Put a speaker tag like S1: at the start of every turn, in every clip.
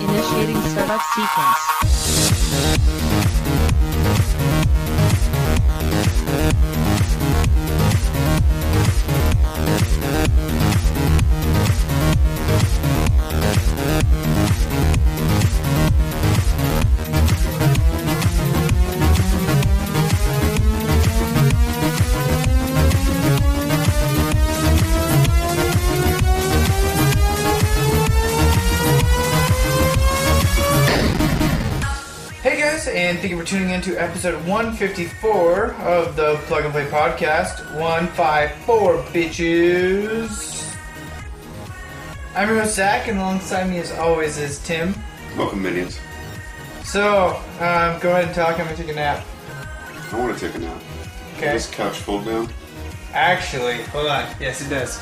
S1: Initiating setup sequence.
S2: Hey guys, and thank you for tuning in to episode 154 of the Plug and Play Podcast. 154, bitches. I'm your host, Zach, and alongside me, as always, is Tim.
S3: Welcome, minions.
S2: So, um, go ahead and talk. I'm gonna take a nap.
S3: I want to take a nap.
S2: Okay.
S3: This couch fold down.
S2: Actually, hold on. Yes, it does.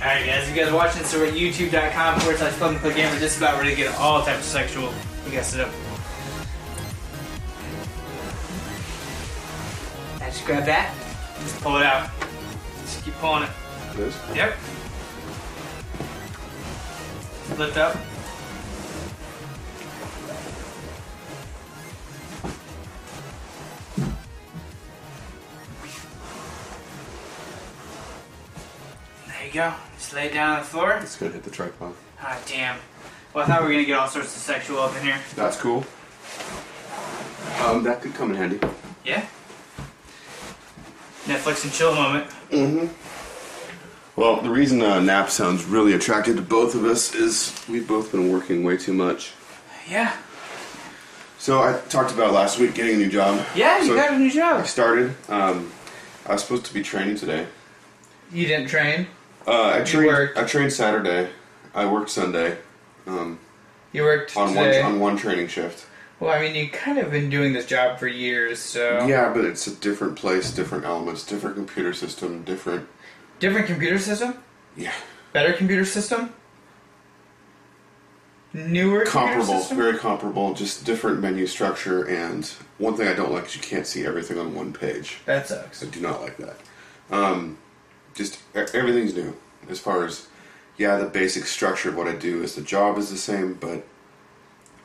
S2: Alright, guys, you guys are watching this over at youtube.com forward slash plug and play game. We're just about ready to get all types of sexual. You guys sit up. I just grab that, just pull it out. Just keep pulling it.
S3: This.
S2: Yep. Lift up. There you go. Just lay it down on the floor.
S3: It's gonna hit the tripod.
S2: Ah, damn. Well, I thought we were gonna get all sorts of sexual up in here.
S3: That's cool. Um, that could come in handy.
S2: Yeah. Netflix and chill moment.
S3: Well, the reason uh, nap sounds really attractive to both of us is we've both been working way too much.
S2: Yeah.
S3: So I talked about last week getting a new job.
S2: Yeah, you
S3: So
S2: got a new
S3: I
S2: job.
S3: started. Um, I was supposed to be training today.
S2: You didn't train.
S3: Uh, I trained.
S2: worked.
S3: I trained Saturday. I worked Sunday. Um,
S2: You worked
S3: on one
S2: today.
S3: on one training shift.
S2: Well, I mean, you've kind of been doing this job for years, so.
S3: Yeah, but it's a different place, different elements, different computer system, different.
S2: Different computer system?
S3: Yeah.
S2: Better computer system? Newer computer
S3: comparable,
S2: system?
S3: very comparable, just different menu structure. And one thing I don't like is you can't see everything on one page.
S2: that sucks.
S3: I do not like that. Um, just e- everything's new as far as yeah, the basic structure of what I do is the job is the same, but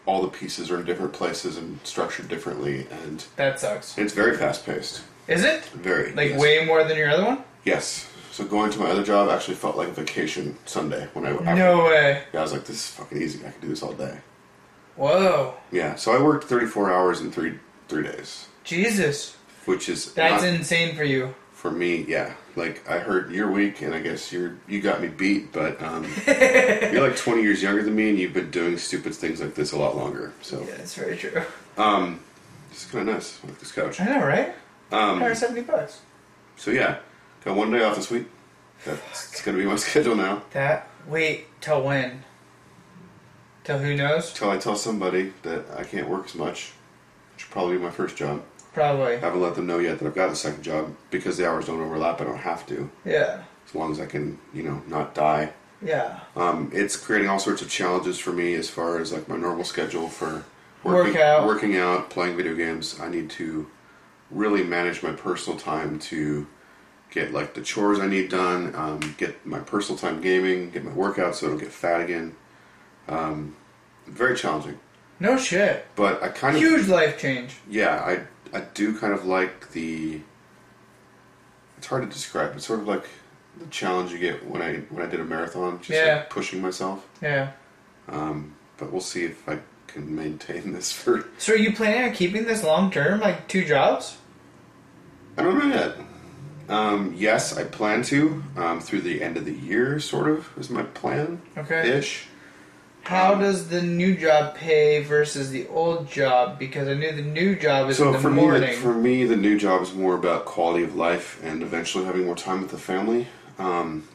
S3: all the pieces are in different places and structured differently, and
S2: That sucks.
S3: it's very fast paced.
S2: Is it?
S3: Very
S2: Like
S3: yes.
S2: way more than your other one?
S3: yes. So going to my other job actually felt like vacation Sunday when I after-
S2: No way.
S3: Yeah, I was like, this is fucking easy. I can do this all day.
S2: Whoa.
S3: Yeah, so I worked 34 hours in three three days,
S2: Jesus.
S3: which is
S2: That's
S3: not-
S2: insane for you.
S3: for me. Yeah, like I heard you're weak, and I guess you're you got me beat. But um, you're like 20 years younger than me, and you've been doing stupid things like this a lot longer. So
S2: Yeah, that's very true.
S3: um, it's kind of nice with this couch.
S2: I know, right?
S3: Um,
S2: 170 bucks.
S3: so yeah, got one day off this week. That's it's gonna be my schedule now.
S2: That? Wait, till when? Till who knows?
S3: Till I tell somebody that I can't work as much, which will probably be my first job.
S2: Probably.
S3: I haven't let them know yet that I've got a second job because the hours don't overlap. I don't have to.
S2: Yeah.
S3: as long as I can, you know, not die.
S2: Yeah.
S3: Um, it's creating all sorts of challenges for me as far as like my normal schedule for
S2: Workout.
S3: working out, playing video games. I need to really manage my personal time to get like the chores I need done, um, get my personal time gaming, get my workout so I don't get fat again. Um, very challenging,
S2: No shit.
S3: but I kind of
S2: Huge life change.
S3: yeah, I I do kind of like the. It's hard to describe. It's sort of like the challenge you get when I when I did a marathon, just
S2: Yeah.
S3: like pushing myself.
S2: Yeah.
S3: But we'll see if I can maintain this for.
S2: So are you planning on keeping this long term, like two jobs?
S3: I don't know yet. Um, yes, I plan to um, through the end of the year. Sort of is my plan.
S2: Okay.
S3: Ish.
S2: How does the new job pay versus the old job? Because I knew the new job is
S3: So
S2: in the
S3: for
S2: morning.
S3: me, the, for me, the new job is more about quality of life and eventually having more time with the family. Um,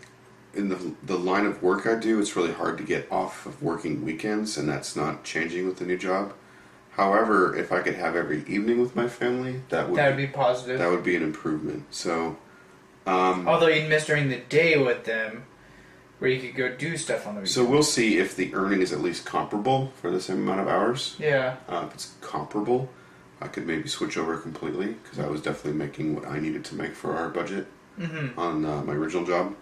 S3: in the the line of work I do, it's really hard to get off of working weekends, and that's not changing with the new job. However, if I could have every evening with my family, that would
S2: That would be positive.
S3: that would be an improvement. So,
S2: Although you'd miss during the day with them, where you could go do stuff on the weekend.
S3: so we'll see if the earning is at least comparable for the same amount of hours.
S2: yeah.
S3: Uh, if it's comparable, I could maybe switch over completely because I was definitely making what I needed to make for our budget on uh, my original job.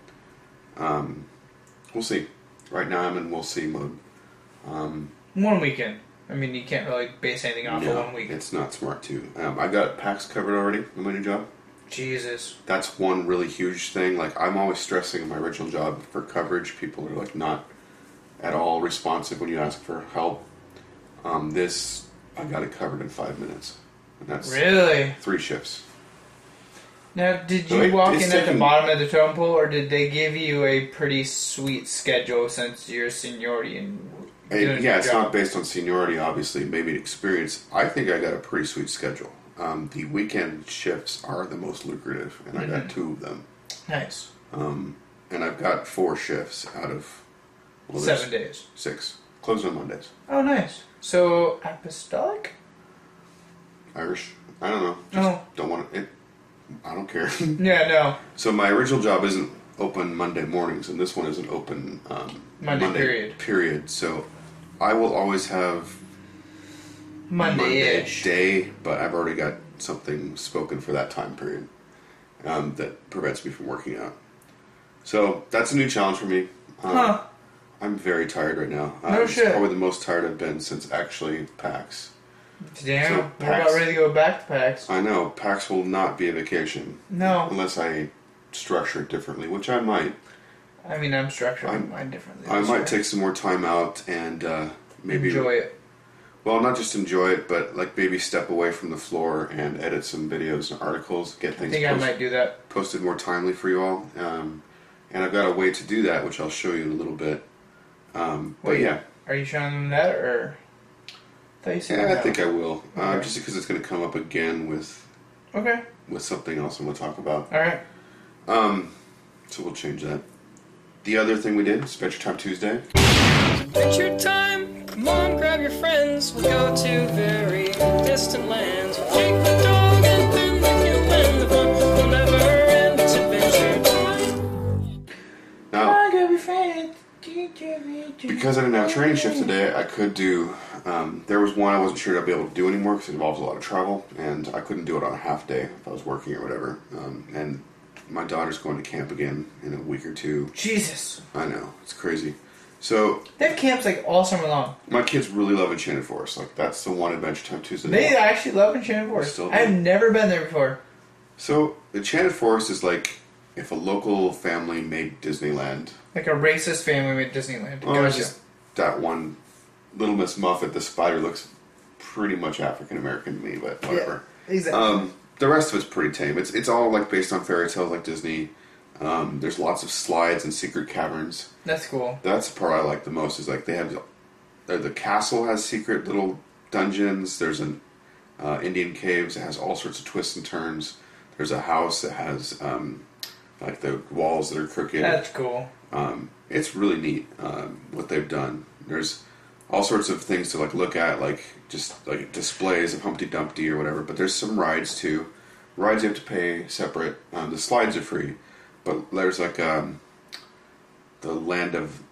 S3: Um, we'll see. Right now, I'm in we'll see mode.
S2: One weekend. I mean, you can't really base anything off
S3: No,
S2: of one weekend.
S3: It's not smart to. Um, I got packs covered already in my new job.
S2: Jesus.
S3: That's one really huge thing. Like I'm always stressing in my original job for coverage. People are like not at all responsive when you ask for help. Um, this I got it covered in five minutes, and that's
S2: Really?
S3: three shifts.
S2: Now, did you
S3: No, it-
S2: walk in
S3: it's
S2: at the
S3: taken-
S2: bottom of the totem pole, or did they give you a pretty sweet schedule since your seniority and
S3: And,
S2: doing
S3: yeah,
S2: your
S3: it's
S2: job?
S3: not based on seniority, obviously. Maybe experience. I think I got a pretty sweet schedule. Um, the weekend shifts are the most lucrative, and I got
S2: Mm-hmm.
S3: two of them. Um,
S2: nice?
S3: And I've got four shifts out of well, there's-
S2: Seven days.
S3: Six. Closed on Mondays.
S2: Oh, nice. So apostolic?
S3: Irish. I don't know. Just
S2: No.
S3: don't want to. It, I don't care.
S2: Yeah, no.
S3: so my original job isn't open Monday mornings, and this one isn't open um,
S2: Monday period.
S3: Period. So I will always have Monday
S2: Monday-ish.
S3: day, but I've already got something spoken for that time period um, that prevents me from working out. So that's a new challenge for me. Um,
S2: Huh.
S3: I'm very tired right now.
S2: No
S3: I'm
S2: shit.
S3: Probably the most tired I've been since actually PAX.
S2: Damn.
S3: So,
S2: We're about
S3: packs.
S2: ready to go back to packs.
S3: I know PAX will not be a vacation.
S2: No.
S3: unless I structure it differently, which I might.
S2: I mean, I'm structuring
S3: I'm-
S2: mine differently.
S3: I
S2: this way.
S3: might take some more time out and uh, maybe
S2: enjoy it.
S3: Well, not just enjoy it, but like maybe step away from the floor and edit some videos and articles, get
S2: I
S3: things
S2: think I
S3: post-
S2: might do that.
S3: posted more timely for you all. Um, and I've got a way to do that, which I'll show you in a little bit. Um, but
S2: Wait.
S3: yeah,
S2: Are you showing them that, or? I thought you said
S3: yeah, I
S2: no.
S3: think I will, uh,
S2: Okay.
S3: just because it's going to come up again with
S2: Okay.
S3: with something else I'm going to talk about.
S2: All right.
S3: So we'll change that. The other thing we did, Spend Your Time Tuesday.
S4: Adventure time! Come on, grab your friends. We'll go to very distant lands. We'll take the dog and then we can land the fun. We'll never end. It's adventure time.
S3: Now,
S2: Come on, grab your friend. Because
S3: because I didn't have training shift today, I could do. Um, there was one I wasn't sure I'd be able to do anymore because it involves a lot of travel, and I couldn't do it on a half day if I was working or whatever. Um, and my daughter's going to camp again in a week or two.
S2: Jesus,
S3: I know it's crazy. So
S2: they have camps like all summer long.
S3: my kids really love Enchanted Forest. Like that's the one Adventure Time Tuesday.
S2: They actually love Enchanted Forest.
S3: Still do.
S2: I've never been there before.
S3: So Enchanted Forest is like if a local family made Disneyland
S2: Like a racist family at Disneyland.
S3: Oh,
S2: gotcha.
S3: it's just that one little Miss Muffet, the spider looks pretty much African American to me, but whatever.
S2: exactly.
S3: Um, the rest of it's pretty tame. It's it's all like based on fairy tales, like Disney. Um, there's lots of slides and secret caverns.
S2: That's cool.
S3: That's the part I like the most. Is like they have the, the castle has secret little dungeons. There's an uh, Indian caves. It has all sorts of twists and turns. There's a house that has um, like the walls that are crooked
S2: That's cool.
S3: um, it's really neat um, what they've done. There's all sorts of things to like look at, like just like displays of Humpty Dumpty or whatever. But there's some rides too. Rides you have to pay separate. Um, the slides are free, but there's like um, the land of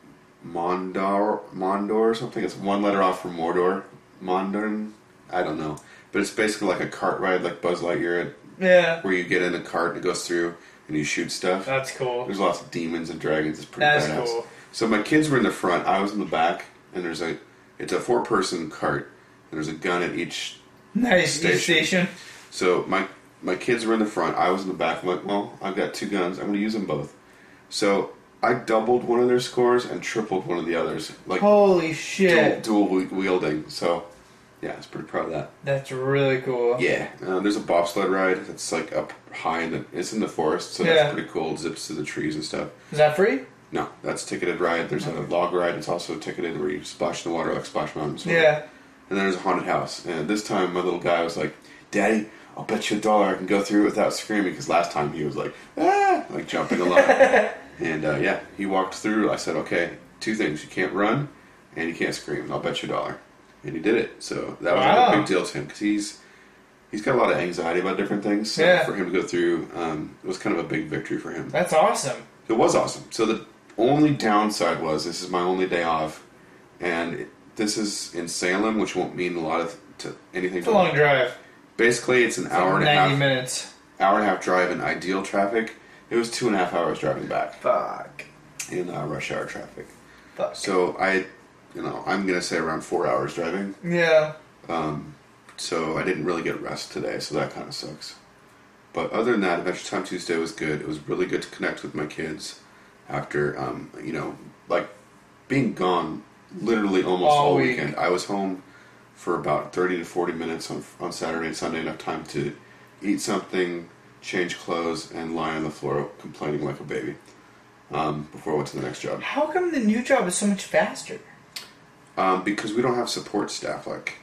S3: Mondor, Mondor or something. It's one letter off from Mordor. Mondorn, I don't know, but it's basically like a cart ride, like Buzz Lightyear,
S2: Yeah,
S3: where you get in a cart and it goes through and you shoot stuff.
S2: that's cool.
S3: There's lots of demons and dragons. It's pretty
S2: That's
S3: badass.
S2: cool.
S3: So my kids were in the front. I was in the back, and there's a it's a four person cart, and there's a gun at each.
S2: Nice
S3: Station.
S2: station. station.
S3: So my my kids were in the front. I was in the back. I'm like, well, I've got two guns. I'm going to use them both. So I doubled one of their scores and tripled one of the others, like
S2: Holy
S3: dual,
S2: shit,
S3: dual wi- wielding. So yeah, I was pretty proud of that.
S2: that's really cool.
S3: Yeah, uh, there's a bobsled ride that's like up high in the it's in the forest, so
S2: Yeah.
S3: that's pretty cool. It zips through the trees and stuff.
S2: Is that free?
S3: No, that's a ticketed ride. There's a log ride. It's also ticketed where you splash in the water like Splash Mountain. sort of.
S2: Yeah.
S3: And then there's a haunted house. And this time my little guy was like, Daddy, I'll bet you a dollar I can go through it without screaming. Because last time he was like, ah, like jumping a lot. And uh, yeah, he walked through. I said, okay, two things: you can't run, and you can't scream. And I'll bet you a dollar. And he did it. So that was
S2: Wow.
S3: a big deal to him because he's he's got a lot of anxiety about different things. So
S2: Yeah.
S3: for him to go through um, it was kind of a big victory for him.
S2: That's awesome.
S3: It was awesome. So the only downside was this is my only day off, and it, this is in Salem, which won't mean a lot of to anything.
S2: It's a long drive.
S3: Basically, it's an hour and a
S2: 90
S3: half
S2: minutes.
S3: hour and a half drive in ideal traffic. It was two and a half hours driving back
S2: Fuck.
S3: in uh, rush hour traffic.
S2: Fuck.
S3: So I, you know, I'm gonna say around four hours driving.
S2: yeah.
S3: So I didn't really get rest today, so that kind of sucks. But other than that, Adventure Time Tuesday was good. It was really good to connect with my kids after, um, you know, like being gone literally almost
S2: All
S3: all
S2: week.
S3: weekend. I was home for about 30 to 40 minutes on, on Saturday and Sunday, enough time to eat something, change clothes, and lie on the floor complaining like a baby um, before I went to the next job.
S2: How come the new job is so much faster?
S3: Um, because we don't have support staff like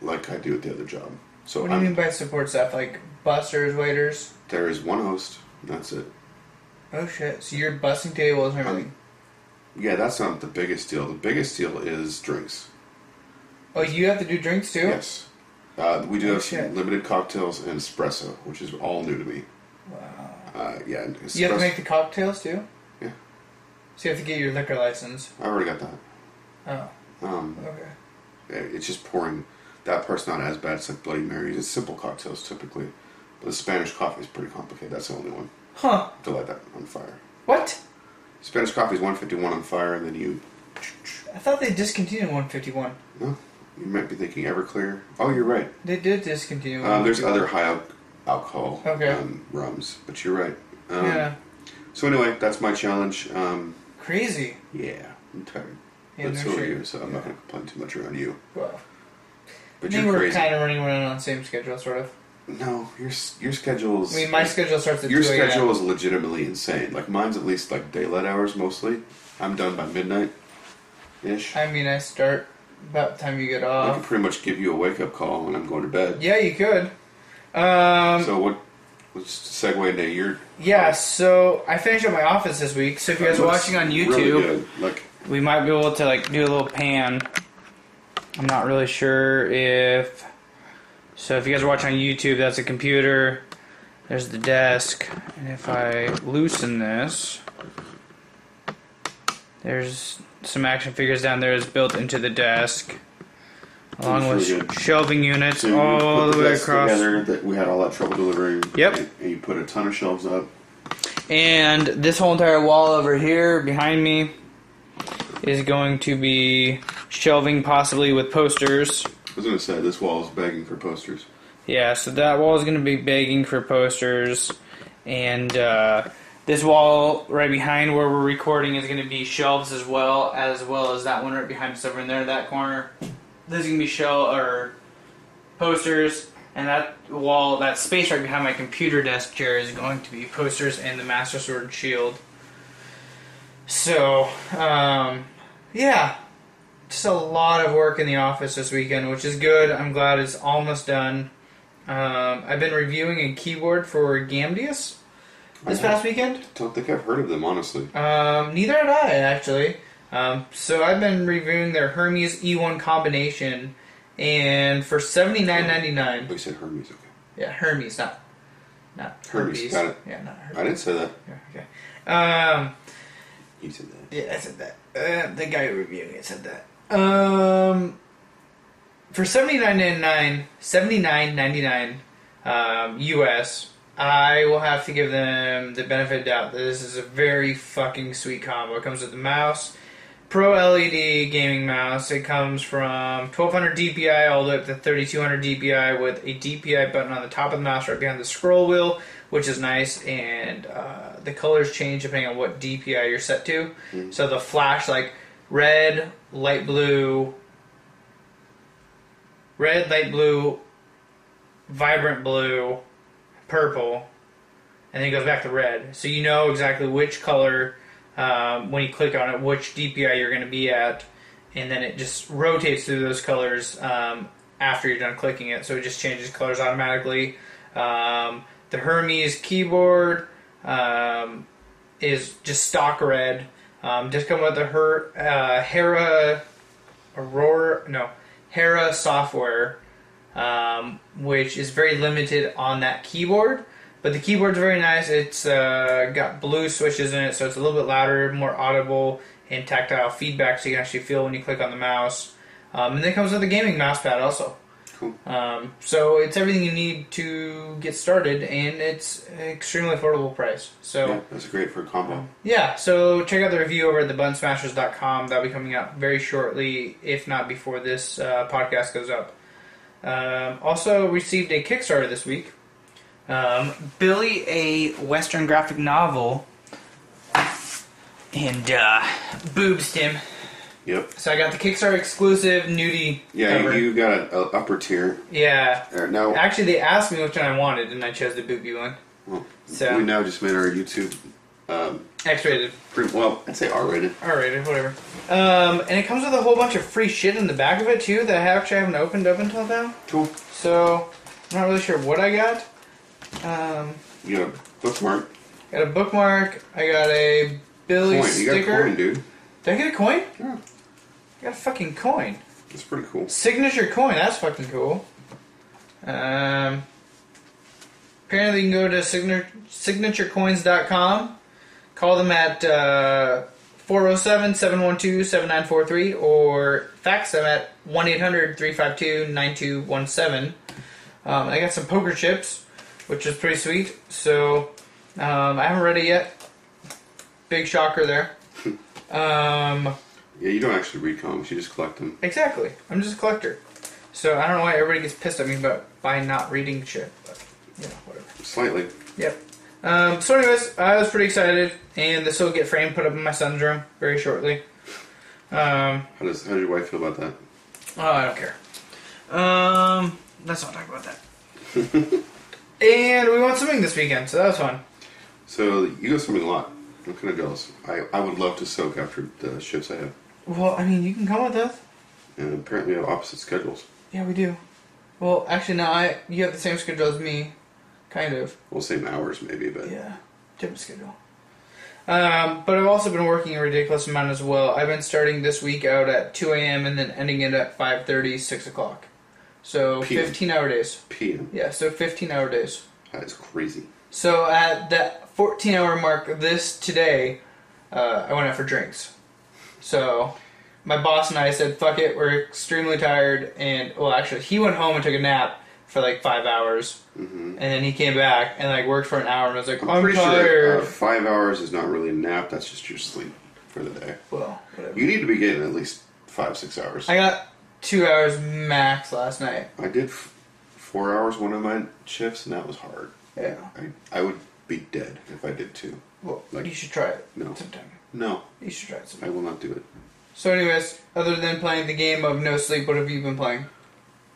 S3: like I do at the other job. So
S2: What do you
S3: I'm-
S2: mean by support staff? Like busters, waiters?
S3: there is one host. and That's it.
S2: Oh shit. So you're busting tables and everything.
S3: Yeah, that's not the biggest deal. The biggest deal is drinks.
S2: oh, you have to do drinks too?
S3: Yes. Uh, we do
S2: Oh,
S3: have
S2: shit.
S3: some limited cocktails and espresso, which is all new to me.
S2: Wow.
S3: Uh, yeah, and
S2: You have
S3: espresso-
S2: to make the cocktails too?
S3: Yeah.
S2: So you have to get your liquor license.
S3: I already got that.
S2: Oh,
S3: Um,
S2: okay.
S3: it- it's just pouring. That part's not as bad. It's like Bloody Marys. It's simple cocktails typically. But the Spanish coffee is pretty complicated. That's the only one
S2: Huh.
S3: to light that on fire.
S2: What?
S3: Spanish coffee is 151 on fire, and then you.
S2: I thought they discontinued 151.
S3: No, you might be thinking Everclear. Oh, you're right.
S2: They did discontinue.
S3: Um,
S2: 151.
S3: there's other high al- alcohol
S2: Mm. Okay.
S3: um, rums, but you're right. Um,
S2: yeah.
S3: So anyway, that's my challenge. Um,
S2: Crazy.
S3: yeah, I'm tired.
S2: Yeah,
S3: but
S2: no
S3: so are
S2: shit.
S3: you, so I'm not
S2: Yeah.
S3: going to complain too much around you.
S2: Well, I
S3: But
S2: think
S3: you're
S2: we're
S3: crazy.
S2: kind of running around on the same schedule, sort of.
S3: No, your s- your schedule's.
S2: I mean, my schedule starts at
S3: Your
S2: 2 a.m.
S3: schedule is legitimately insane. Like mine's at least like daylight hours mostly. I'm done by midnight, ish. I
S2: I mean, I start about the time you get
S3: can
S2: off.
S3: pretty much give you a wake up call when I'm going to bed.
S2: Yeah, you could. Um,
S3: So what? Let's segue into your.
S2: yeah, so I finished up my office this week. So if you guys are watching on
S3: Really
S2: YouTube,
S3: good. Like
S2: we might be able to like do a little pan. I'm not really sure if. So if you guys are watching on YouTube, that's a computer. There's the desk, and if I loosen this, there's some action figures down there is built into the desk, along
S3: That's
S2: with
S3: really good.
S2: shelving units
S3: So you
S2: all
S3: put
S2: the way
S3: desk
S2: across.
S3: Together that we had all that trouble delivering.
S2: Yep.
S3: And, and you put a ton of shelves up.
S2: And this whole entire wall over here behind me is going to be shelving, possibly with posters.
S3: I was gonna say this wall is begging for posters.
S2: Yeah, so that wall is going to be begging for posters. And uh, this wall right behind where we're recording is going to be shelves as well, as well as that one right behind us over in there, that corner. There's going to be shell or posters. And that wall, that space right behind my computer desk chair is going to be posters and the Master Sword and Shield. So, um, yeah, just a lot of work in the office this weekend, which is good. I'm glad it's almost done. Um, I've been reviewing a keyboard for Gamdius this
S3: I
S2: past weekend.
S3: don't think I've heard of them honestly.
S2: Um, neither had I actually. Um, so I've been reviewing their Hermes E1 combination, and for seventy nine ninety
S3: Oh,
S2: nine.
S3: you said Hermes. Okay.
S2: Yeah, Hermes, not not
S3: Hermes,
S2: Hermes.
S3: got it.
S2: Yeah, not
S3: I
S2: Hermes.
S3: didn't say that.
S2: Yeah, okay. Um,
S3: You said that.
S2: Yeah, I said that. Uh, the guy reviewing it said that. Um, for seventy nine ninety nine, seventy nine ninety nine, um, US, I will have to give them the benefit of doubt that this is a very fucking sweet combo. It comes with the mouse, Pro LED gaming mouse. It comes from twelve hundred DPI all the way up to thirty two hundred DPI with a DPI button on the top of the mouse right behind the scroll wheel, which is nice. And uh, the colors change depending on what DPI you're set to. So the flash like red, light blue, red, light blue, vibrant blue, purple, and then it goes back to red. So you know exactly which color um, when you click on it, which DPI you're going to be at, and then it just rotates through those colors um, after you're done clicking it. So it just changes colors automatically. Um, the Hermes keyboard um, is just stock red. Um, just come with the her uh, Hera Aurora no Hera software, um, which is very limited on that keyboard. But the keyboard's very nice. It's uh, got blue switches in it, so it's a little bit louder, more audible, and tactile feedback, so you can actually feel when you click on the mouse. Um, and then it comes with a gaming mouse pad also.
S3: Cool.
S2: Um, so it's everything you need to get started, and it's an extremely affordable price. So.
S3: Yeah, that's great for a combo.
S2: Yeah, so check out the review over at thebunsmashers.com. That'll be coming out very shortly, if not before this uh, podcast goes up. Um, also, received a Kickstarter this week. Um, Billy, a Western graphic novel, and uh, boobs him.
S3: Yep.
S2: So I got the Kickstarter exclusive nudie.
S3: Yeah,
S2: cover.
S3: you got an uh, upper tier.
S2: Yeah.
S3: Uh, now
S2: Actually, they asked me which one I wanted, and I chose the booby one.
S3: well,
S2: so-
S3: we now just made our YouTube. Um,
S2: X-rated.
S3: pre- well, I'd say R-rated.
S2: All right, whatever. Um, and it comes with a whole bunch of free shit in the back of it too that I actually haven't opened up until now.
S3: Cool.
S2: So I'm not really sure what I got. Um,
S3: You got a bookmark.
S2: got a bookmark. I got a Billy
S3: Coin. You got a
S2: sticker.
S3: coin, dude.
S2: Did I get a coin?
S3: Yeah,
S2: I got a fucking coin.
S3: that's pretty cool.
S2: Signature coin. That's fucking cool. Um, apparently you can go to signa- signaturecoins.com. Call them at uh, 407-712-7943 or fax them at 1-800-352-9217. Um, I got some poker chips, which is pretty sweet. So um, I haven't read it yet. Big shocker there. Um,
S3: Yeah, you don't actually read comics; you just collect them.
S2: Exactly. I'm just a collector. So I don't know why everybody gets pissed at me about by not reading shit. But you know, whatever.
S3: Slightly.
S2: Yep. Um, so anyways, I was pretty excited, and this will get framed, put up in my son's room very shortly. Um,
S3: How does how did your wife feel about that?
S2: oh, I don't care. Um, let's not talk about that. and we went swimming this weekend, so that was fun.
S3: So you got something a lot. I'm kind of jealous. I, I would love to soak after the shifts I have,
S2: Well, I mean, you can come with us.
S3: and apparently we have opposite schedules.
S2: Yeah, we do. Well, actually, no, I you have the same schedule as me, kind of.
S3: Well, same hours maybe, but
S2: Yeah, different schedule. Um, but I've also been working a ridiculous amount as well. I've been starting this week out at 2 a.m. and then ending it at 5.30, 6 o'clock. So
S3: PM.
S2: 15-hour days.
S3: PM.
S2: Yeah, so 15-hour days.
S3: That is crazy.
S2: So at that 14-hour mark this today, uh, I went out for drinks. So my boss and I said, fuck it, we're extremely tired. And, well, actually, he went home and took a nap for like five hours. And then he came back and like worked for an hour and was like,
S3: Mm-hmm. I'm,
S2: I'm,
S3: pretty
S2: tired.
S3: sure that, uh, five hours is not really a nap. That's just your sleep for the day.
S2: Well, whatever.
S3: You need to be getting at least five six hours.
S2: I
S3: I,
S2: got two hours max last night.
S3: did f- four hours one of my shifts, and that was hard.
S2: Yeah.
S3: I I would be dead if I did two.
S2: Well,
S3: Like-
S2: you should try it
S3: No.
S2: sometime.
S3: No,
S2: You should try it
S3: I
S2: sometime.
S3: will not do it.
S2: So, anyways, other than playing the game of no sleep, what have you been playing?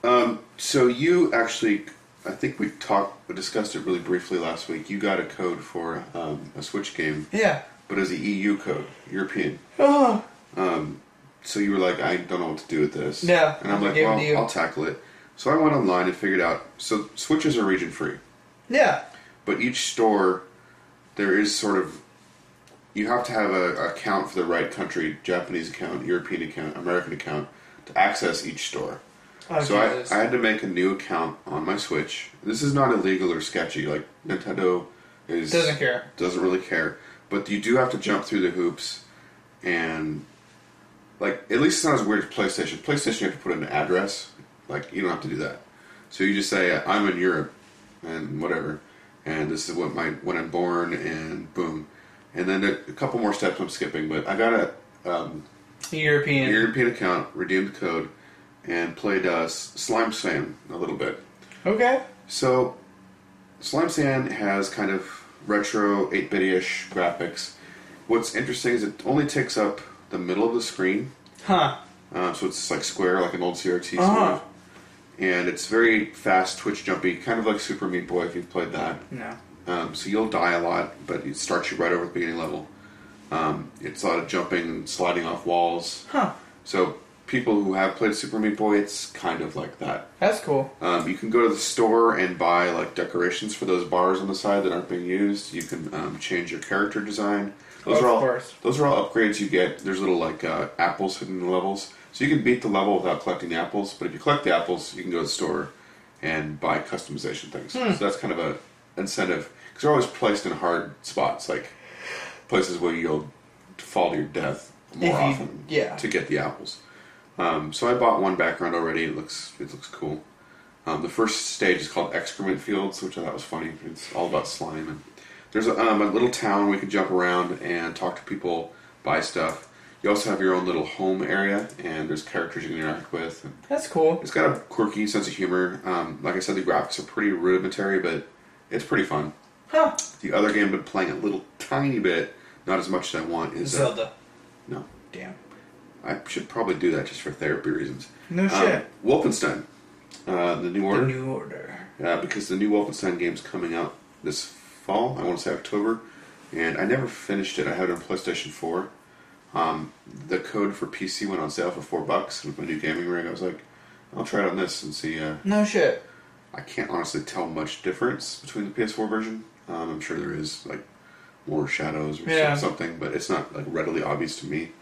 S3: Um, so you actually, I think we talked, we discussed it really briefly last week. You got a code for um, a Switch game,
S2: Yeah.
S3: but as a EU code, European.
S2: Oh.
S3: So you were like, I don't know what to do with this.
S2: Yeah,
S3: And I'm
S2: I
S3: like,
S2: gave it
S3: well,
S2: to you.
S3: I'll tackle it. So I went online and figured out. So Switches are region free,
S2: Yeah.
S3: but each store, there is sort of, you have to have a account for the right country, Japanese account, European account, American account, to access each store.
S2: Oh,
S3: So I,
S2: Jesus.
S3: I had to make a new account on my Switch. This is not illegal or sketchy. Like Nintendo is
S2: Doesn't care.
S3: doesn't really care. But you do have to jump through the hoops, and like at least it's not as weird as PlayStation. PlayStation you have to put in an address. Like you don't have to do that. So you just say I'm in Europe, and whatever, and this is what my when I'm born, and boom, and then a, a couple more steps I'm skipping. But I got a um,
S2: European.
S3: European account, redeemed the code, and played uh, S- Slime Sand a little bit.
S2: okay.
S3: So, Slime Sand has kind of retro 8 bit ish graphics. What's interesting is it only takes up the middle of the screen,
S2: Huh.
S3: uh, so it's like square, like an old CRT.
S2: Uh-huh.
S3: Sort of. And it's very fast, twitch jumpy, kind of like Super Meat Boy if you've played that.
S2: No.
S3: Um, so you'll die a lot, but it starts you right over the beginning level. Um, it's a lot of jumping and sliding off walls.
S2: Huh.
S3: So people who have played Super Meat Boy, it's kind of like that.
S2: That's cool.
S3: Um, you can go to the store and buy like decorations for those bars on the side that aren't being used. You can um, change your character design. Those
S2: Oh, Of
S3: are all
S2: course.
S3: those are all upgrades you get. There's little like uh, apples hidden in the levels, so you can beat the level without collecting the apples. But if you collect the apples, you can go to the store and buy customization things.
S2: Hmm.
S3: So that's kind of a incentive because they're always placed in hard spots, like places where you'll fall to your death more
S2: If you-
S3: often
S2: yeah.
S3: to get the apples. Um, so I bought one background already. It looks it looks cool. Um, the first stage is called Excrement Fields, which I thought was funny. It's all about slime. And there's a, um, a little town we can jump around and talk to people, buy stuff. You also have your own little home area, and there's characters you can interact with. And
S2: That's cool.
S3: it's got a quirky sense of humor. Um, like I said, the graphics are pretty rudimentary, but it's pretty fun.
S2: Huh.
S3: The other game I've been playing a little tiny bit, not as much as I want, is uh,
S2: Zelda.
S3: no,
S2: Damn.
S3: I should probably do that just for therapy reasons.
S2: No
S3: Um,
S2: shit.
S3: Wolfenstein, uh, the new
S2: The
S3: order.
S2: New Order.
S3: uh, because the new Wolfenstein game's coming out this fall. I want to say October, and I never finished it. I had it on PlayStation Four. Um, the code for PC went on sale for four bucks with my new gaming rig. I was like, I'll try it on this and see. Uh,
S2: No shit.
S3: I can't honestly tell much difference between the PS4 version. Um, I'm sure there is like more shadows or
S2: Yeah.
S3: some- something, but it's not like readily obvious to me.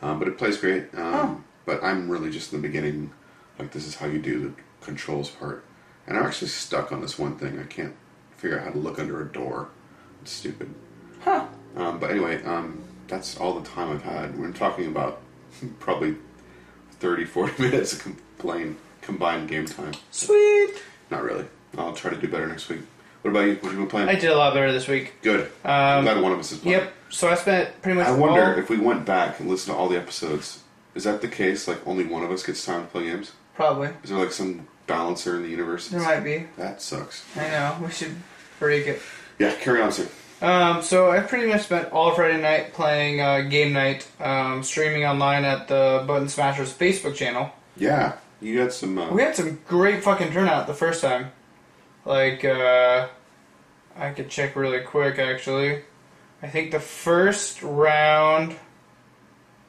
S3: Um, but it plays great. Um, But I'm really just in the beginning. Like this is how you do the controls part, and I'm actually stuck on this one thing. I can't figure out how to look under a door. It's stupid. Huh. Um, but anyway, um, that's all the time I've had. We're talking about probably 30, 40 minutes of complain, combined game time.
S2: Sweet.
S3: Not really. I'll try to do better next week. What about you? What have you been playing?
S2: I did a lot better this week.
S3: Good. I'm glad one of us is playing.
S2: Yep. So I spent pretty much.
S3: I wonder
S2: all-
S3: if we went back and listened to all the episodes, is that the case? Like only one of us gets time to play games?
S2: probably
S3: Is there like some balancer in the universe?
S2: there might be.
S3: That sucks.
S2: I know we should break it.
S3: Yeah, carry on, sir.
S2: Um, so I pretty much spent all Friday night playing uh, game night, um, streaming online at the Button Smashers Facebook channel.
S3: Yeah, you had some. Uh,
S2: We had some great fucking turnout the first time. Like, uh, I could check really quick actually. I think the first round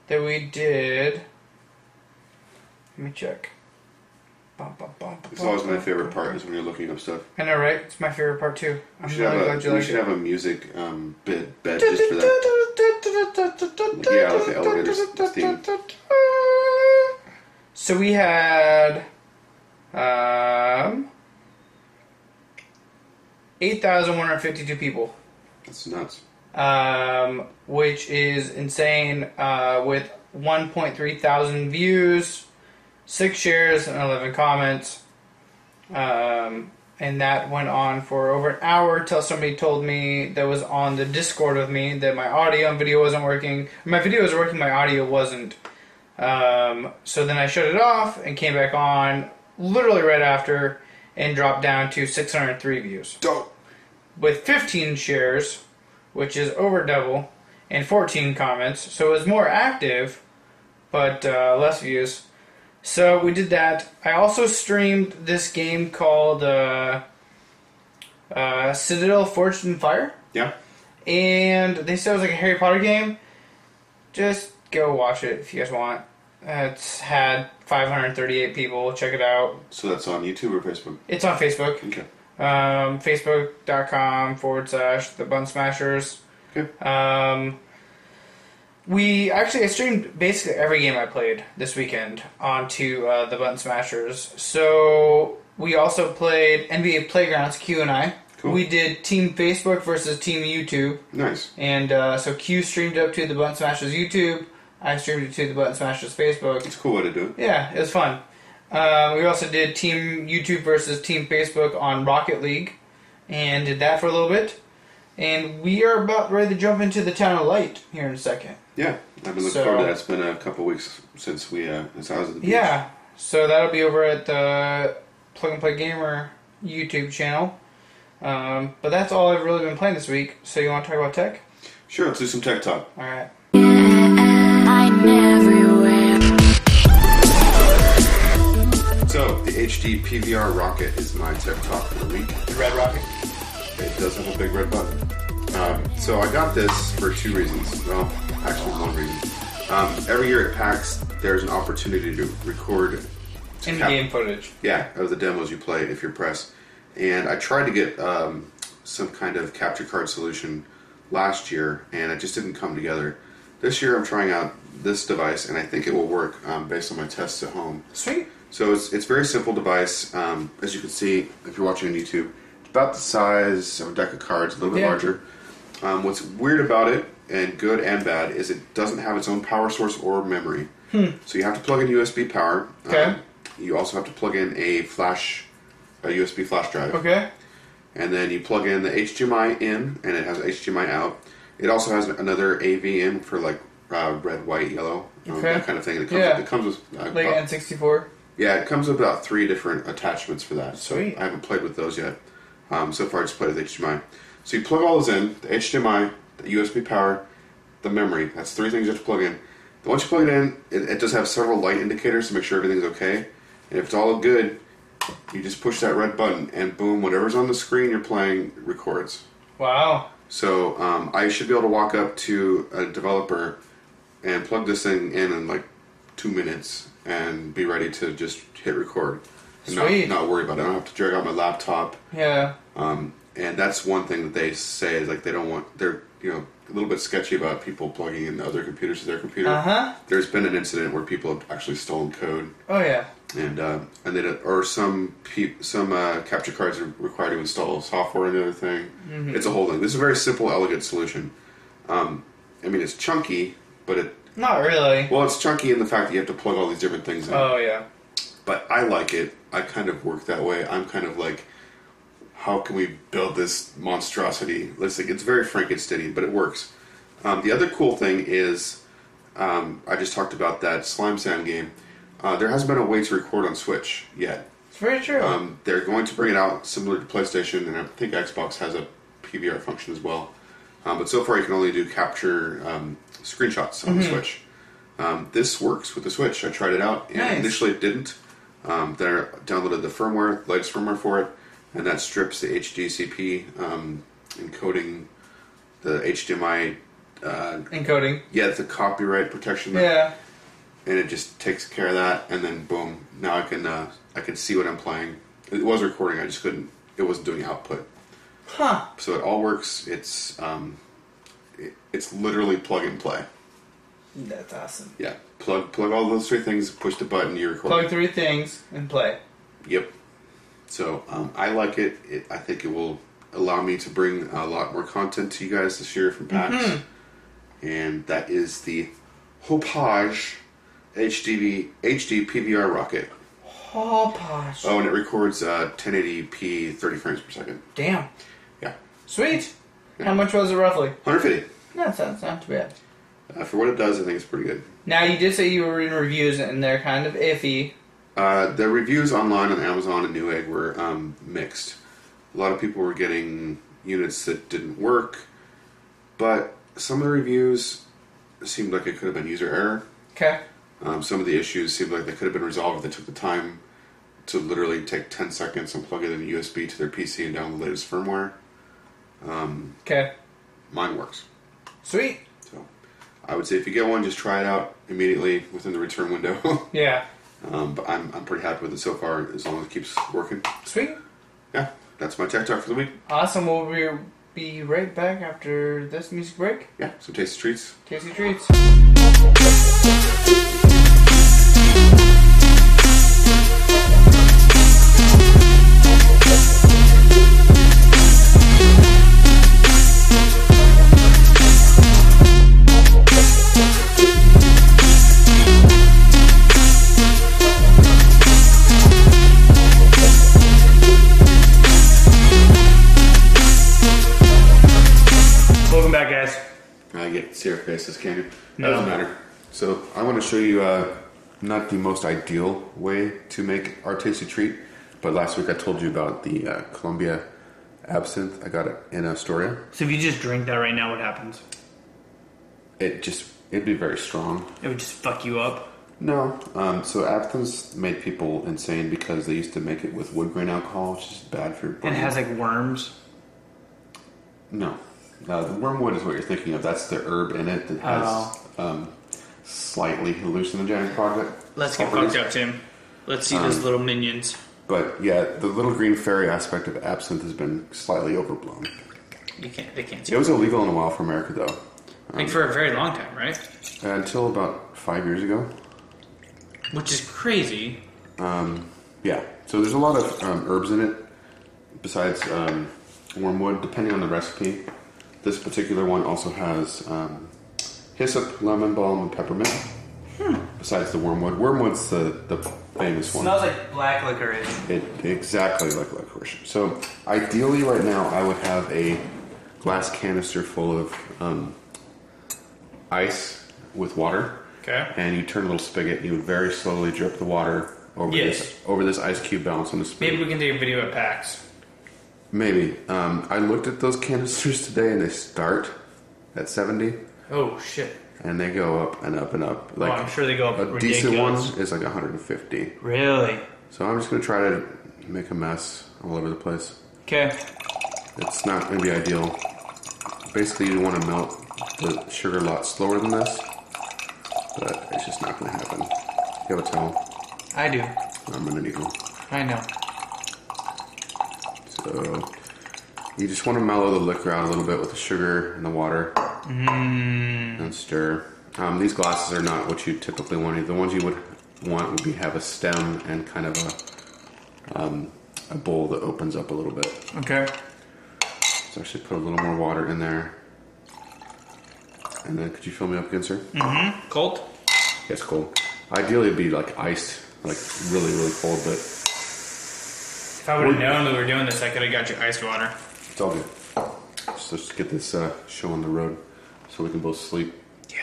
S2: that we did. Let me check. Bum, bum, bum, bum,
S3: It's always my
S2: bum,
S3: favorite
S2: bum,
S3: part
S2: bum.
S3: is when you're looking up stuff.
S2: I know, right? It's my favorite part too. I'm
S3: We should,
S2: really
S3: have,
S2: glad
S3: a,
S2: you
S3: we
S2: like
S3: should
S2: it.
S3: have a music um, bed, bed just for that.
S2: Yeah,
S3: Yeah, like the elevators theme.
S2: So we had um, 8,152 people,
S3: That's nuts.
S2: um, which is insane, uh, with 1.3 thousand views, 6 shares, and 11 comments. Um, and that went on for over an hour till somebody told me that was on the Discord with me that my audio and video wasn't working. My video was working, my audio wasn't. Um, so then I shut it off and came back on literally right after and dropped down to 603 views.
S3: Dope.
S2: With 15 shares, which is over double, and 14 comments. So it was more active, but uh, less views. So we did that. I also streamed this game called uh, uh, Citadel Forged in Fire,
S3: Yeah.
S2: and they said it was like a Harry Potter game. Just go watch it if you guys want. Uh, it's had 538 people check it out.
S3: So that's on YouTube or Facebook.
S2: It's on Facebook,
S3: Okay.
S2: um, facebook.com forward slash the Bun Smashers.
S3: Okay.
S2: Um, we actually I streamed basically every game I played this weekend onto uh, the Button Smashers. So we also played NBA Playgrounds Q and I.
S3: Cool.
S2: We did Team Facebook versus Team YouTube,
S3: Nice.
S2: and uh, so Q streamed up to the Button Smashers YouTube. I streamed it to the Button Smashers Facebook.
S3: It's a cool way to do it.
S2: Yeah, it was fun. Uh, we also did Team YouTube versus Team Facebook on Rocket League, and did that for a little bit. And we are about ready to jump into the Town of Light here in a second.
S3: Yeah, I've been looking
S2: So-
S3: forward to that. It's been a couple weeks since we uh, since I was at the beach.
S2: Yeah, so that'll be over at the Plug and Play Gamer YouTube channel. Um, but that's all I've really been playing this week. So you want to talk about tech?
S3: Sure, let's do some tech talk.
S2: All right.
S5: I'm everywhere.
S3: So the HD PVR rocket is my tech talk for the week.
S2: Red Rocket.
S3: It does have a big red button. Um, so I got this for two reasons. Well, actually one reason. Um, every year at PAX, there's an opportunity to record to
S2: In the
S3: cap-
S2: game footage.
S3: yeah, of the demos you play if you're pressed. And I tried to get um, some kind of capture card solution last year, and it just didn't come together. This year, I'm trying out this device, and I think it will work um, based on my tests at home.
S2: Sweet.
S3: So it's it's a very simple device. Um, as you can see, if you're watching on YouTube, it's about the size of a deck of cards, a little bit
S2: Yeah.
S3: larger. Um, what's weird about it, and good and bad, is it doesn't have its own power source or memory. So you have to plug in USB power.
S2: Hmm. Okay.
S3: Um, you also have to plug in a flash, a USB flash drive
S2: Okay.
S3: and then you plug in the HDMI in, and it has HDMI out. It also has another AV in for like uh, red, white, yellow, um,
S2: Okay.
S3: that kind of thing. It comes,
S2: Yeah.
S3: it comes with uh,
S2: Like
S3: about-
S2: N64.
S3: yeah, it comes with about three different attachments for that. So
S2: Sweet.
S3: I haven't played with those yet. Um, so far, I just played with HDMI. So you plug all those in: the HDMI, the USB power, the memory. That's three things you have to plug in. Then Once you plug it in, it, it does have several light indicators to make sure everything's okay. And if it's all good, you just push that red button, and boom, whatever's on the screen you're playing records.
S2: Wow.
S3: So um, I should be able to walk up to a developer and plug this thing in in like two minutes and be ready to just hit record. And not-
S2: Sweet.
S3: Not, worry about it. I don't have to drag out my laptop.
S2: Yeah.
S3: Um, and that's one thing that they say is like they don't want they're you know a little bit sketchy about people plugging in other computers to their computer.
S2: Uh huh.
S3: There's been an incident where people have actually stolen code
S2: Oh yeah.
S3: and uh, and then or some peop some uh, capture cards are required to install software and the other thing. It's a whole thing. This is a very simple, elegant solution. Um, I mean, it's chunky, but it
S2: Not really.
S3: well, it's chunky in the fact that you have to plug all these different things in.
S2: Oh yeah.
S3: but I like it. I kind of work that way. I'm kind of like, how can we build this monstrosity? Let's like, it's very Frankenstein, but it works. Um, the other cool thing is, um, I just talked about that slime sand game. Uh, there hasn't been a way to record on Switch yet.
S2: It's very true.
S3: Um, they're going to bring it out similar to PlayStation, and I think Xbox has a PVR function as well. Um, but so far, you can only do capture um, screenshots on
S2: Mm-hmm.
S3: the Switch. Um, this works with the Switch. I tried it out, and
S2: Nice.
S3: initially it didn't. Um, then I downloaded the firmware, latest firmware for it, and that strips the HDCP um, encoding, the HDMI, uh,
S2: Encoding.
S3: yeah, the copyright protection. that-
S2: Yeah.
S3: and it just takes care of that and then boom now i can uh, i can see what i'm playing it was recording i just couldn't it wasn't doing output
S2: Huh.
S3: so it all works it's um it, it's literally plug and play
S2: That's awesome.
S3: yeah plug plug all those three things push the button you record
S2: Plug three things and play.
S3: yep so um, i like it. it i think it will allow me to bring a lot more content to you guys this year from pax
S2: Mm-hmm.
S3: and that is the hopage hdv hd pvr rocket
S2: Oh posh.
S3: Oh, and it records uh, 1080p, 30 frames per second.
S2: Damn.
S3: Yeah,
S2: Sweet. How much was it roughly?
S3: 150.
S2: No, it's not, it's not too bad.
S3: Uh, for what it does, I think it's pretty good.
S2: Now you did say you were reading reviews and they're kind of iffy.
S3: Uh, the reviews online on Amazon and Newegg were um, mixed. A lot of people were getting units that didn't work, but some of the reviews seemed like it could have been user error.
S2: Okay.
S3: Um, some of the issues seemed like they could have been resolved if they took the time to literally take 10 seconds and plug it in USB to their PC and download the latest firmware.
S2: Okay.
S3: Mine works.
S2: Sweet.
S3: So, I would say if you get one, just try it out immediately within the return window.
S2: Yeah.
S3: um, but I'm, I'm pretty happy with it so far, as long as it keeps working.
S2: Sweet.
S3: Yeah, that's my tech talk for the week.
S2: Awesome. We'll be, be right back after this music break.
S3: Yeah, some tasty treats.
S2: Tasty treats.
S6: Welcome back, guys.
S3: I get to see our faces, can you?
S6: No.
S3: Doesn't matter. So I want to show you uh, not the most ideal way to make our tasty treat, but last week I told you about the uh, Columbia absinthe. I got it in Astoria.
S6: So if you just drink that right now, what happens?
S3: It just it'd be very strong.
S6: It would just fuck you up.
S3: No. Um, so absinthe made people insane because they used to make it with wood grain alcohol, which is bad for your brain.
S6: And it has like worms.
S3: no. Uh, the wormwood is what you're thinking of. That's the herb in it that has
S6: Oh.
S3: um, slightly hallucinogenic product.
S7: Let's get
S3: properties. Um,
S7: fucked up, Tim. Let's see those little minions.
S3: But yeah, the little green fairy aspect of absinthe has been slightly overblown.
S7: You can't. They can't.
S3: It was illegal in a while for America, though, Um,
S7: Like for a very long time, right?
S3: until about five years ago.
S7: Which is crazy.
S3: Yeah, so there's a lot of um, herbs in it besides um, wormwood, depending on the recipe. This particular one also has um, hyssop, lemon balm, and peppermint.
S8: Hmm.
S3: Besides the wormwood, wormwood's the, the famous one.
S8: Smells like black licorice.
S3: It exactly like licorice. So ideally, right now, I would have a glass canister full of um, ice with water,
S7: Okay.
S3: and you turn a little spigot. and You would very slowly drip the water over
S7: Yes.
S3: this over this ice cube balance on the spoon.
S7: Maybe we can take a video at PAX.
S3: Maybe. Um, I looked at those canisters today, and they start at seventy,
S7: Oh shit.
S3: and they go up and up and up. Like
S7: I'm sure they go up
S3: A decent one
S7: ridiculous.
S3: is like one hundred and fifty.
S7: Really?
S3: So I'm just gonna try to make a mess all over the place.
S7: Okay.
S3: It's not going to be ideal. Basically, you want to melt the sugar a lot slower than this, but it's just not going to happen. You have a towel?
S8: I do.
S3: I'm going to need one.
S8: I know.
S3: So, you just want to mellow the liquor out a little bit with the sugar and the water. And stir. Um, these glasses are not what you typically want. The ones you would want would be have a stem and kind of a, um, a bowl that opens up a little bit.
S8: Okay.
S3: So I should put a little more water in there. And then could you fill me up again, sir?
S7: Colt.
S3: Yes, cool. Ideally, it'd be like iced, like really, really cold, but it's
S7: If I would have known we were doing this, I could have got you iced water.
S3: all good. So let's get this uh, show on the road so we can both sleep.
S7: Yeah.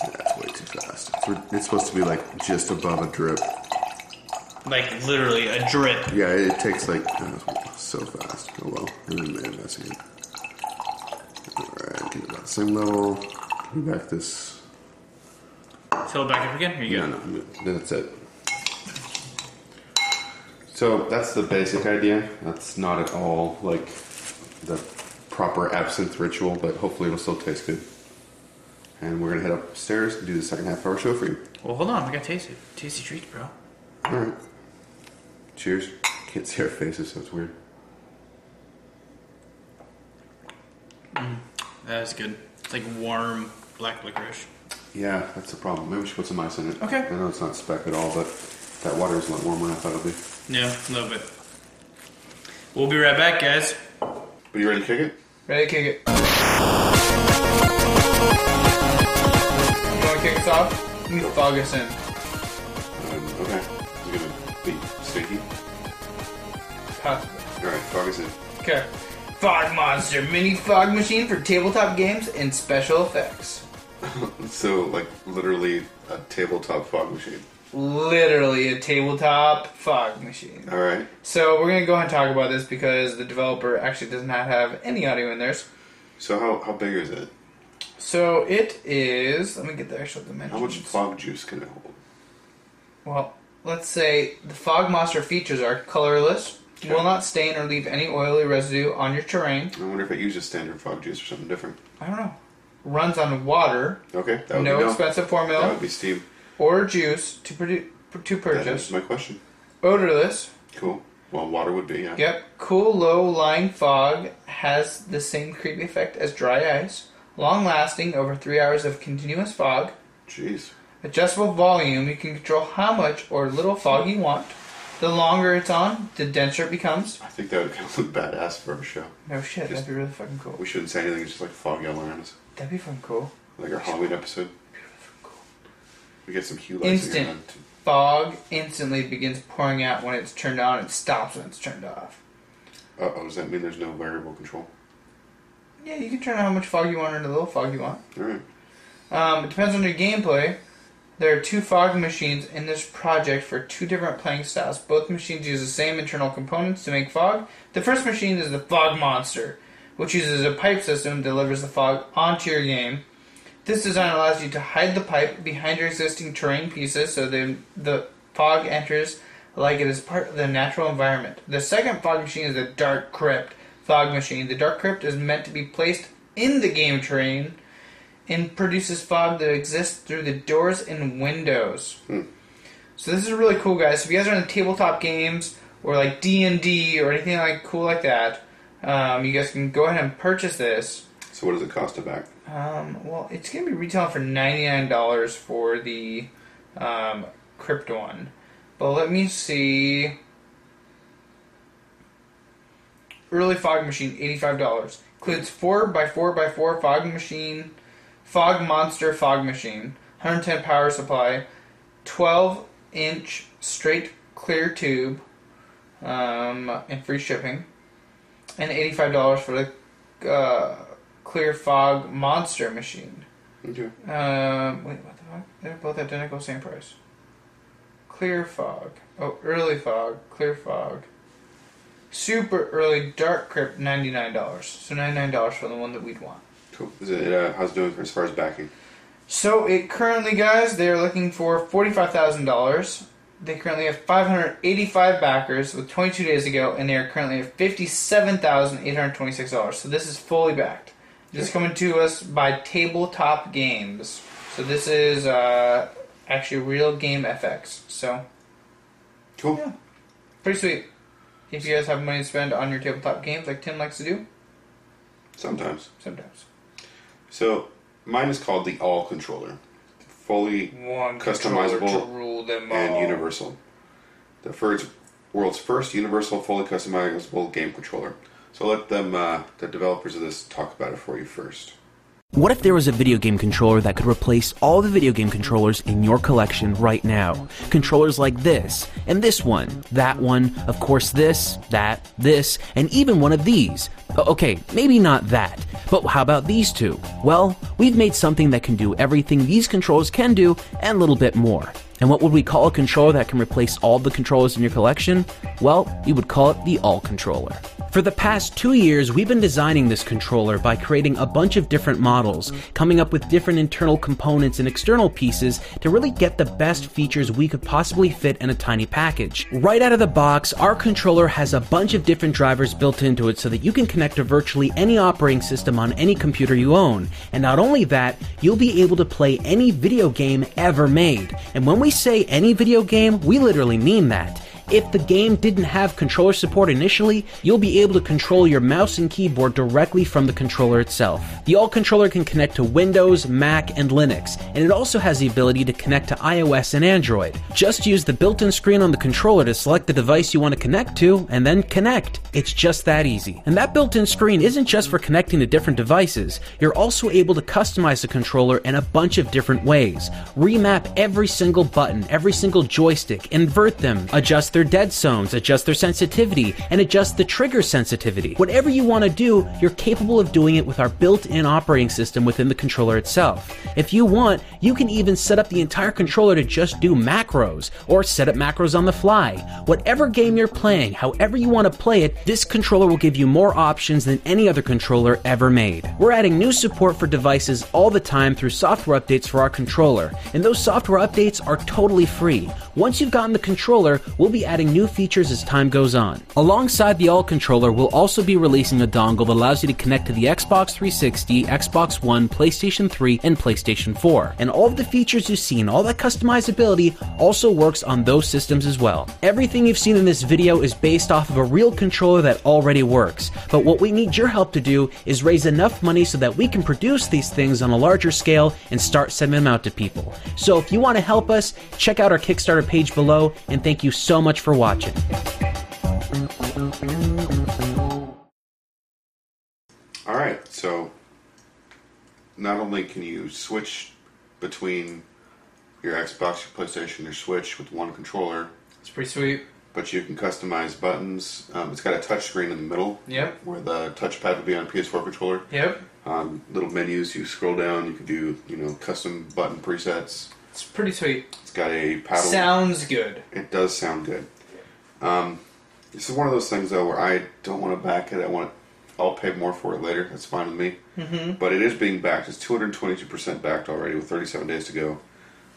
S3: Yeah, it's way too fast. It's, re- it's supposed to be like just above a drip.
S7: Like literally a drip.
S3: Yeah, it, it takes like uh, so fast. Oh well, and then they mess again. All right, get it about the same level. Give me back this.
S7: Fill it back up again. Here you
S3: Yeah,
S7: go.
S3: no, no, that's it. So that's the basic idea. That's not at all like the proper absinthe ritual, but hopefully it'll still taste good. And we're gonna head upstairs and do the second half of our show for you.
S7: Well, hold on. We got tasty, tasty treats, bro.
S3: All right. Cheers. Can't see our faces, so it's weird.
S7: That is good. It's like warm black licorice.
S3: Yeah, that's the problem. Maybe we should put some ice in it.
S7: Okay.
S3: I know it's not spec at all, but that water is a lot warmer than I thought it would be.
S7: Yeah, a little bit. We'll be right back, guys.
S3: But you ready to kick it?
S2: Ready, kick it. You want to kick us off? You fog us in.
S3: Um, okay. Is it gonna be sticky?
S2: Possibly.
S3: All right, fog us in.
S2: Okay. Fog Monster mini fog machine for tabletop games and special effects.
S3: So, like, literally a tabletop fog machine.
S2: Literally a tabletop fog machine.
S3: All right.
S2: So we're gonna go ahead and talk about this because the developer actually does not have any audio in theirs.
S3: So, how, how big is it?
S2: So it is. Let me get the actual dimensions.
S3: How much fog juice can it hold?
S2: Well, let's say the fog monster features are colorless, will not stain or leave any oily residue on your terrain.
S3: I wonder if it uses standard fog juice or something different.
S2: I don't know. Runs on water,
S3: Okay, that would
S2: no
S3: be
S2: expensive
S3: That
S2: formula
S3: would be Steve.
S2: or juice to produ- to
S3: That is
S2: purchase.
S3: my question.
S2: Odorless.
S3: Cool. Well, water would be, yeah.
S2: Yep. Cool low line fog has the same creepy effect as dry ice. Long lasting over three hours of continuous fog.
S3: Jeez.
S2: Adjustable volume, you can control how much or little fog you want. The longer it's on, the denser it becomes.
S3: I think that would kind of look badass for our show.
S2: No shit,
S3: Just-
S2: that'd be really fucking cool.
S3: We shouldn't say anything, it's just like fog all around us.
S2: That'd be fucking cool.
S3: Like our Halloween episode. We get some hue lights in
S2: Instant
S3: here, man,
S2: fog instantly begins pouring out when it's turned on and stops when it's turned off.
S3: too. Uh oh, does that mean there's no variable control?
S2: Yeah, you can turn on how much fog you want or the little fog you want.
S3: Alright.
S2: Um, it depends on your gameplay. There are two fog machines in this project for two different playing styles. Both machines use the same internal components to make fog. The first machine is the Fog Monster, which uses a pipe system that delivers the fog onto your game. This design allows you to hide the pipe behind your existing terrain pieces so the, the fog enters like it is part of the natural environment. The second fog machine is the Dark Crypt fog machine. The Dark Crypt is meant to be placed in the game train and produces fog that exists through the doors and windows. So this is really cool, guys. If you guys are into tabletop games or like D and D or anything like cool like that, um, you guys can go ahead and purchase this.
S3: So what does it cost to back?
S2: Um, well, it's gonna be retailing for ninety nine dollars for the um, crypt one, but let me see. Early fog machine eighty five dollars includes four by four by four fog machine, fog monster fog machine, one hundred ten power supply, twelve inch straight clear tube, um, and free shipping, and eighty five dollars for the uh, clear fog monster machine.
S3: Okay.
S2: Um, wait, what the fuck? They're both identical, same price. Clear fog. Oh, early fog. Clear fog. Super early dark crypt, ninety nine dollars. So ninety nine dollars for the one that we'd want.
S3: Cool. Is it, uh, how's it doing for as far as backing?
S2: So it currently, guys, they are looking for forty-five thousand dollars. They currently have five hundred eighty-five backers with twenty-two days ago, and they are currently at fifty-seven thousand eight hundred twenty-six dollars. So this is fully backed. This is coming to us by Tabletop Games. So this is uh, actually real game FX. So
S3: Cool.
S2: Yeah. pretty sweet. If you guys have money to spend on your tabletop games, like Tim likes to do
S3: Sometimes.
S2: sometimes.
S3: So mine is called the All Controller, fully
S2: One
S3: Customizable
S2: controller to rule them all.
S3: and universal. The first world's first universal, fully customizable game controller. So let them, uh, the developers of this, talk about it for you first.
S8: What if there was a video game controller that could replace all the video game controllers in your collection right now? Controllers like this, and this one, that one, of course, this, that, this, and even one of these. O- Okay, maybe not that, but how about these two? Well, we've made something that can do everything these controllers can do and a little bit more. And what would we call a controller that can replace all the controllers in your collection? Well, we would call it the All Controller. For the past two years, we've been designing this controller by creating a bunch of different models, coming up with different internal components and external pieces to really get the best features we could possibly fit in a tiny package. Right out of the box, our controller has a bunch of different drivers built into it so that you can connect to virtually any operating system on any computer you own. And not only that, you'll be able to play any video game ever made. And when we say any video game, we literally mean that. If the game didn't have controller support initially, you'll be able to control your mouse and keyboard directly from the controller itself. The All Controller can connect to Windows, Mac, and Linux, and it also has the ability to connect to iOS and Android. Just use the built in screen on the controller to select the device you want to connect to, and then connect. It's just that easy. And that built in screen isn't just for connecting to different devices, you're also able to customize the controller in a bunch of different ways. Remap every single button, every single joystick, invert them, adjust their dead zones, adjust their sensitivity, and adjust the trigger sensitivity. Whatever you want to do, you're capable of doing it with our built in operating system within the controller itself. If you want, you can even set up the entire controller to just do macros, or set up macros on the fly. Whatever game you're playing, however you want to play it, this controller will give you more options than any other controller ever made. We're adding new support for devices all the time through software updates for our controller, and those software updates are totally free. Once you've gotten the controller, we'll be adding new features as time goes on. Alongside the All controller, we'll also be releasing a dongle that allows you to connect to the Xbox 360, Xbox One, PlayStation 3, and PlayStation 4. And all of the features you've seen, all that customizability, also works on those systems as well. Everything you've seen in this video is based off of a real controller that already works. But what we need your help to do is raise enough money so that we can produce these things on a larger scale and start sending them out to people. So if you want to help us, check out our Kickstarter page below, and thank you so much for watching.
S3: All right, so not only can you switch between your Xbox, your PlayStation, your Switch with one controller,
S2: It's pretty sweet.
S3: but you can customize buttons. Um, it's got a touch screen in the middle.
S2: Yep.
S3: Where the touchpad would be on a PS4 controller.
S2: Yep.
S3: Um, little menus, you scroll down, you can do you know custom button presets.
S2: It's pretty sweet.
S3: It's got a paddle.
S2: Sounds good.
S3: It does sound good. Um, this is one of those things though where I don't want to back it. I want. I'll pay more for it later. That's fine with me. Mm-hmm. But it is being backed. It's 222% backed already with 37 days to go.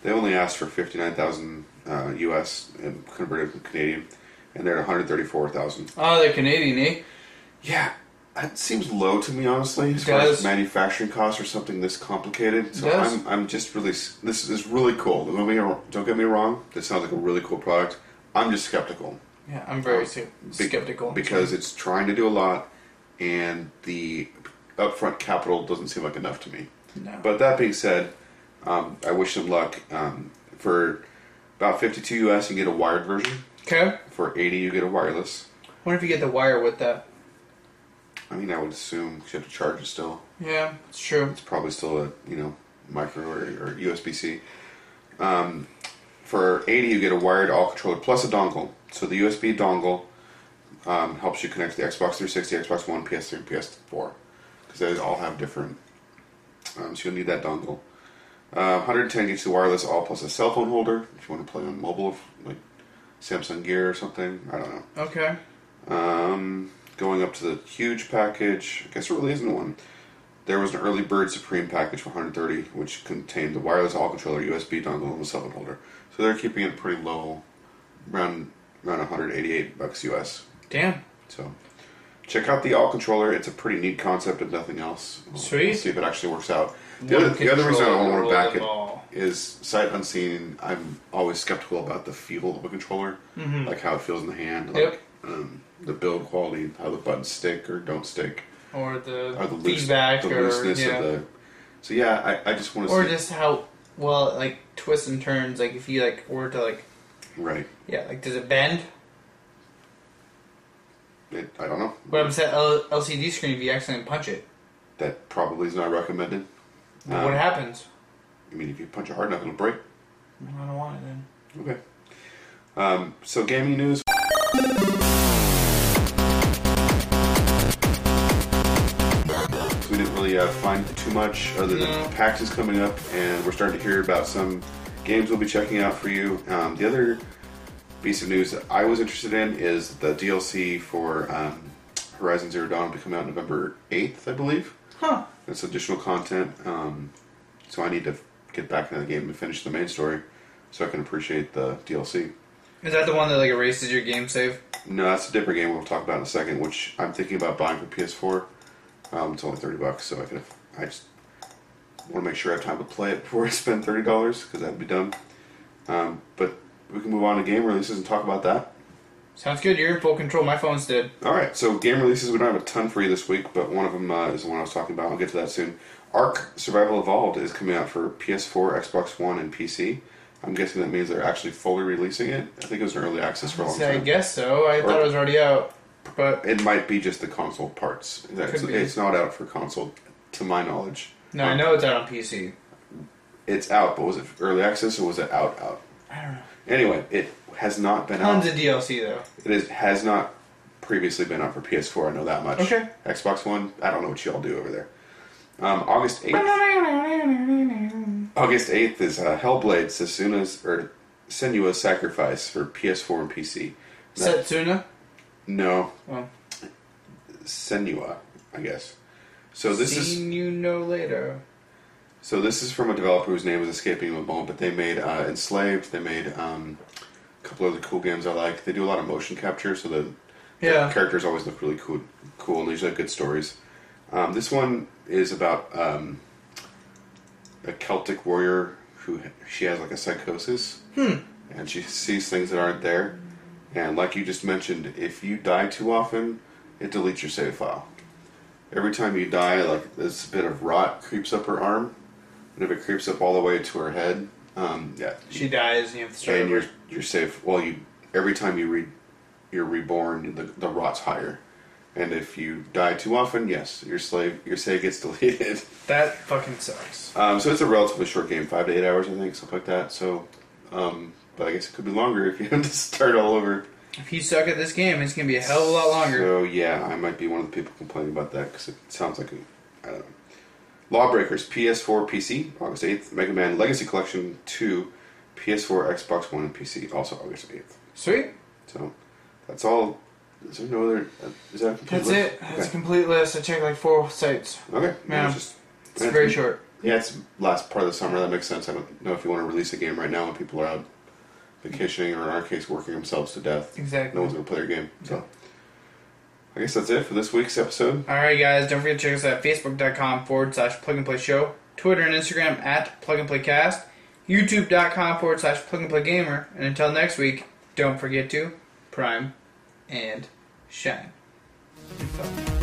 S3: They only asked for 59,000 uh, US and converted from Canadian, and they're at 134,000.
S2: Oh, they're Canadian, eh?
S3: Yeah, That seems low to me, honestly, as far as
S2: does.
S3: manufacturing costs or something this complicated. So
S2: does.
S3: I'm, I'm just really, s- this is really cool. Don't get, me, don't get me wrong, this sounds like a really cool product. I'm just skeptical.
S2: Yeah, I'm very se-
S3: Be-
S2: skeptical.
S3: Because it's trying to do a lot, and the upfront capital doesn't seem like enough to me.
S2: No.
S3: But that being said, um, I wish them luck. Um, for about 52 US, you get a wired version.
S2: okay.
S3: For 80, you get a wireless.
S2: Wonder if you get the wire with that.
S3: I mean, I would assume 'cause you have to charge it still.
S2: Yeah, it's true.
S3: It's probably still a you know micro or, or USB C. Um, for 80, you get a wired all controller plus a dongle. So the USB dongle um, helps you connect to the Xbox 360, Xbox One, PS3, and PS4 because they all have different. Um, so you'll need that dongle. Uh, 110 gets the wireless all plus a cell phone holder if you want to play on mobile, like Samsung Gear or something. I don't know.
S2: Okay.
S3: Um, going up to the huge package, I guess it really isn't one. There was an early bird Supreme package for 130, which contained the wireless all controller, USB dongle, and the cell phone holder. So they're keeping it pretty low, around around 188 bucks US.
S2: Damn.
S3: So check out the all controller. It's a pretty neat concept, if nothing else. We'll
S2: Sweet.
S3: see if it actually works out. The other, the other reason I don't want to back it is sight unseen. I'm always skeptical about the feel of a controller, like how it feels in the hand, like
S2: Mm-hmm. Yep.
S3: um, the build quality, how the buttons stick or don't stick,
S2: Or the,
S3: or the, loose,
S2: feedback,
S3: the
S2: or
S3: looseness
S2: yeah,
S3: of the. So yeah, I, I just want to
S2: or
S3: see
S2: just how well it, like twists and turns. Like if you like were to like
S3: right.
S2: yeah, like does it bend?
S3: It, I don't know.
S2: What happens to that L- LCD screen if you accidentally punch it?
S3: That probably is not recommended. Ah.
S2: what happens?
S3: I mean, if you punch it hard enough, it'll break.
S2: I don't want it then.
S3: Okay. Um, so gaming news. We didn't really uh, find too much other than PAX is coming up, and we're starting to hear about some games we'll be checking out for you. Um, the other piece of news that I was interested in is the DLC for um, Horizon Zero Dawn will be coming out November 8th, I believe.
S2: Huh.
S3: That's additional content. Um, so I need to get back into the game and finish the main story so I can appreciate the DLC.
S2: Is that the one that like erases your game save?
S3: No, that's a different game we'll talk about in a second, which I'm thinking about buying for PS4. Um, it's only 30 bucks, so I can. I just want to make sure I have time to play it before I spend $30 because that'd be dumb. Um, but we can move on to game releases and talk about that.
S2: Sounds good. You're in full control. My phone's dead.
S3: All right, so game releases. We don't have a ton for you this week, but one of them uh, is the one I was talking about. I'll get to that soon. Ark Survival Evolved is coming out for PS4, Xbox One, and PC. I'm guessing that means they're actually fully releasing it. I think it was in early access for a long
S2: So I
S3: time.
S2: guess so. I thought it was already out, but
S3: It might be just the console parts. It's,
S2: be.
S3: it's not out for console, to my knowledge.
S2: no, I know it's out on PC.
S3: It's out, but was it early access or was it out out?
S2: I don't know.
S3: Anyway, it has not been out.
S2: Tons of DLC though.
S3: It is, has not previously been out for PS4. I know that much.
S2: Okay.
S3: Xbox One. I don't know what y'all do over there. Um, August eighth. August eighth is uh, Hellblade: Sasuna's or Senua's Sacrifice for PS4 and PC. That-
S2: Setsuna.
S3: no,
S2: Well,
S3: Senua, I guess. So this
S2: seen
S3: is
S2: you no later.
S3: so this is from a developer whose name is escaping me at the moment, but they made uh, Enslaved. They made um, a couple other cool games I like. They do a lot of motion capture, so the
S2: Yeah.
S3: characters always look really cool, cool, and they usually have good stories. Um, this one is about um, a Celtic warrior who she has like a psychosis, and she sees things that aren't there. And like you just mentioned, if you die too often, it deletes your save file. Every time you die, like this bit of rot creeps up her arm, and if it creeps up all the way to her head, um, yeah,
S2: She dies, and you have to start.
S3: and
S2: over.
S3: you're you're safe. Well, you every time you read, you're reborn. The the rot's higher, and if you die too often, yes, your slave your save gets deleted.
S2: That fucking sucks.
S3: Um, so it's a relatively short game, five to eight hours, I think, something like that. So, um, but I guess it could be longer if you have to start all over.
S2: If you suck at this game, it's gonna be a hell of a lot longer.
S3: So yeah, I might be one of the people complaining about that because it sounds like a, I don't know. Lawbreakers PS4 PC August eighth. Mega Man Legacy Collection two, PS4 Xbox One and PC also August eighth.
S2: Sweet.
S3: So that's all. Is there no other? uh, Is that a complete
S2: That's
S3: list?
S2: it. That's a complete list. I checked like four sites.
S3: Okay. Okay.
S2: Yeah.
S3: It's, just-
S2: It's very short.
S3: Yeah, it's last part of the summer. That makes sense. I don't know if you want to release a game right now when people are out vacationing or, in our case, working themselves to death.
S2: Exactly.
S3: No one's going to play their game. So I guess that's it for this week's episode.
S2: All right, guys, don't forget to check us out at facebook.com forward slash plug and play show, Twitter and Instagram at plug and play cast, youtube.com forward slash plug and play gamer, and until next week, don't forget to prime and shine. Good fuck.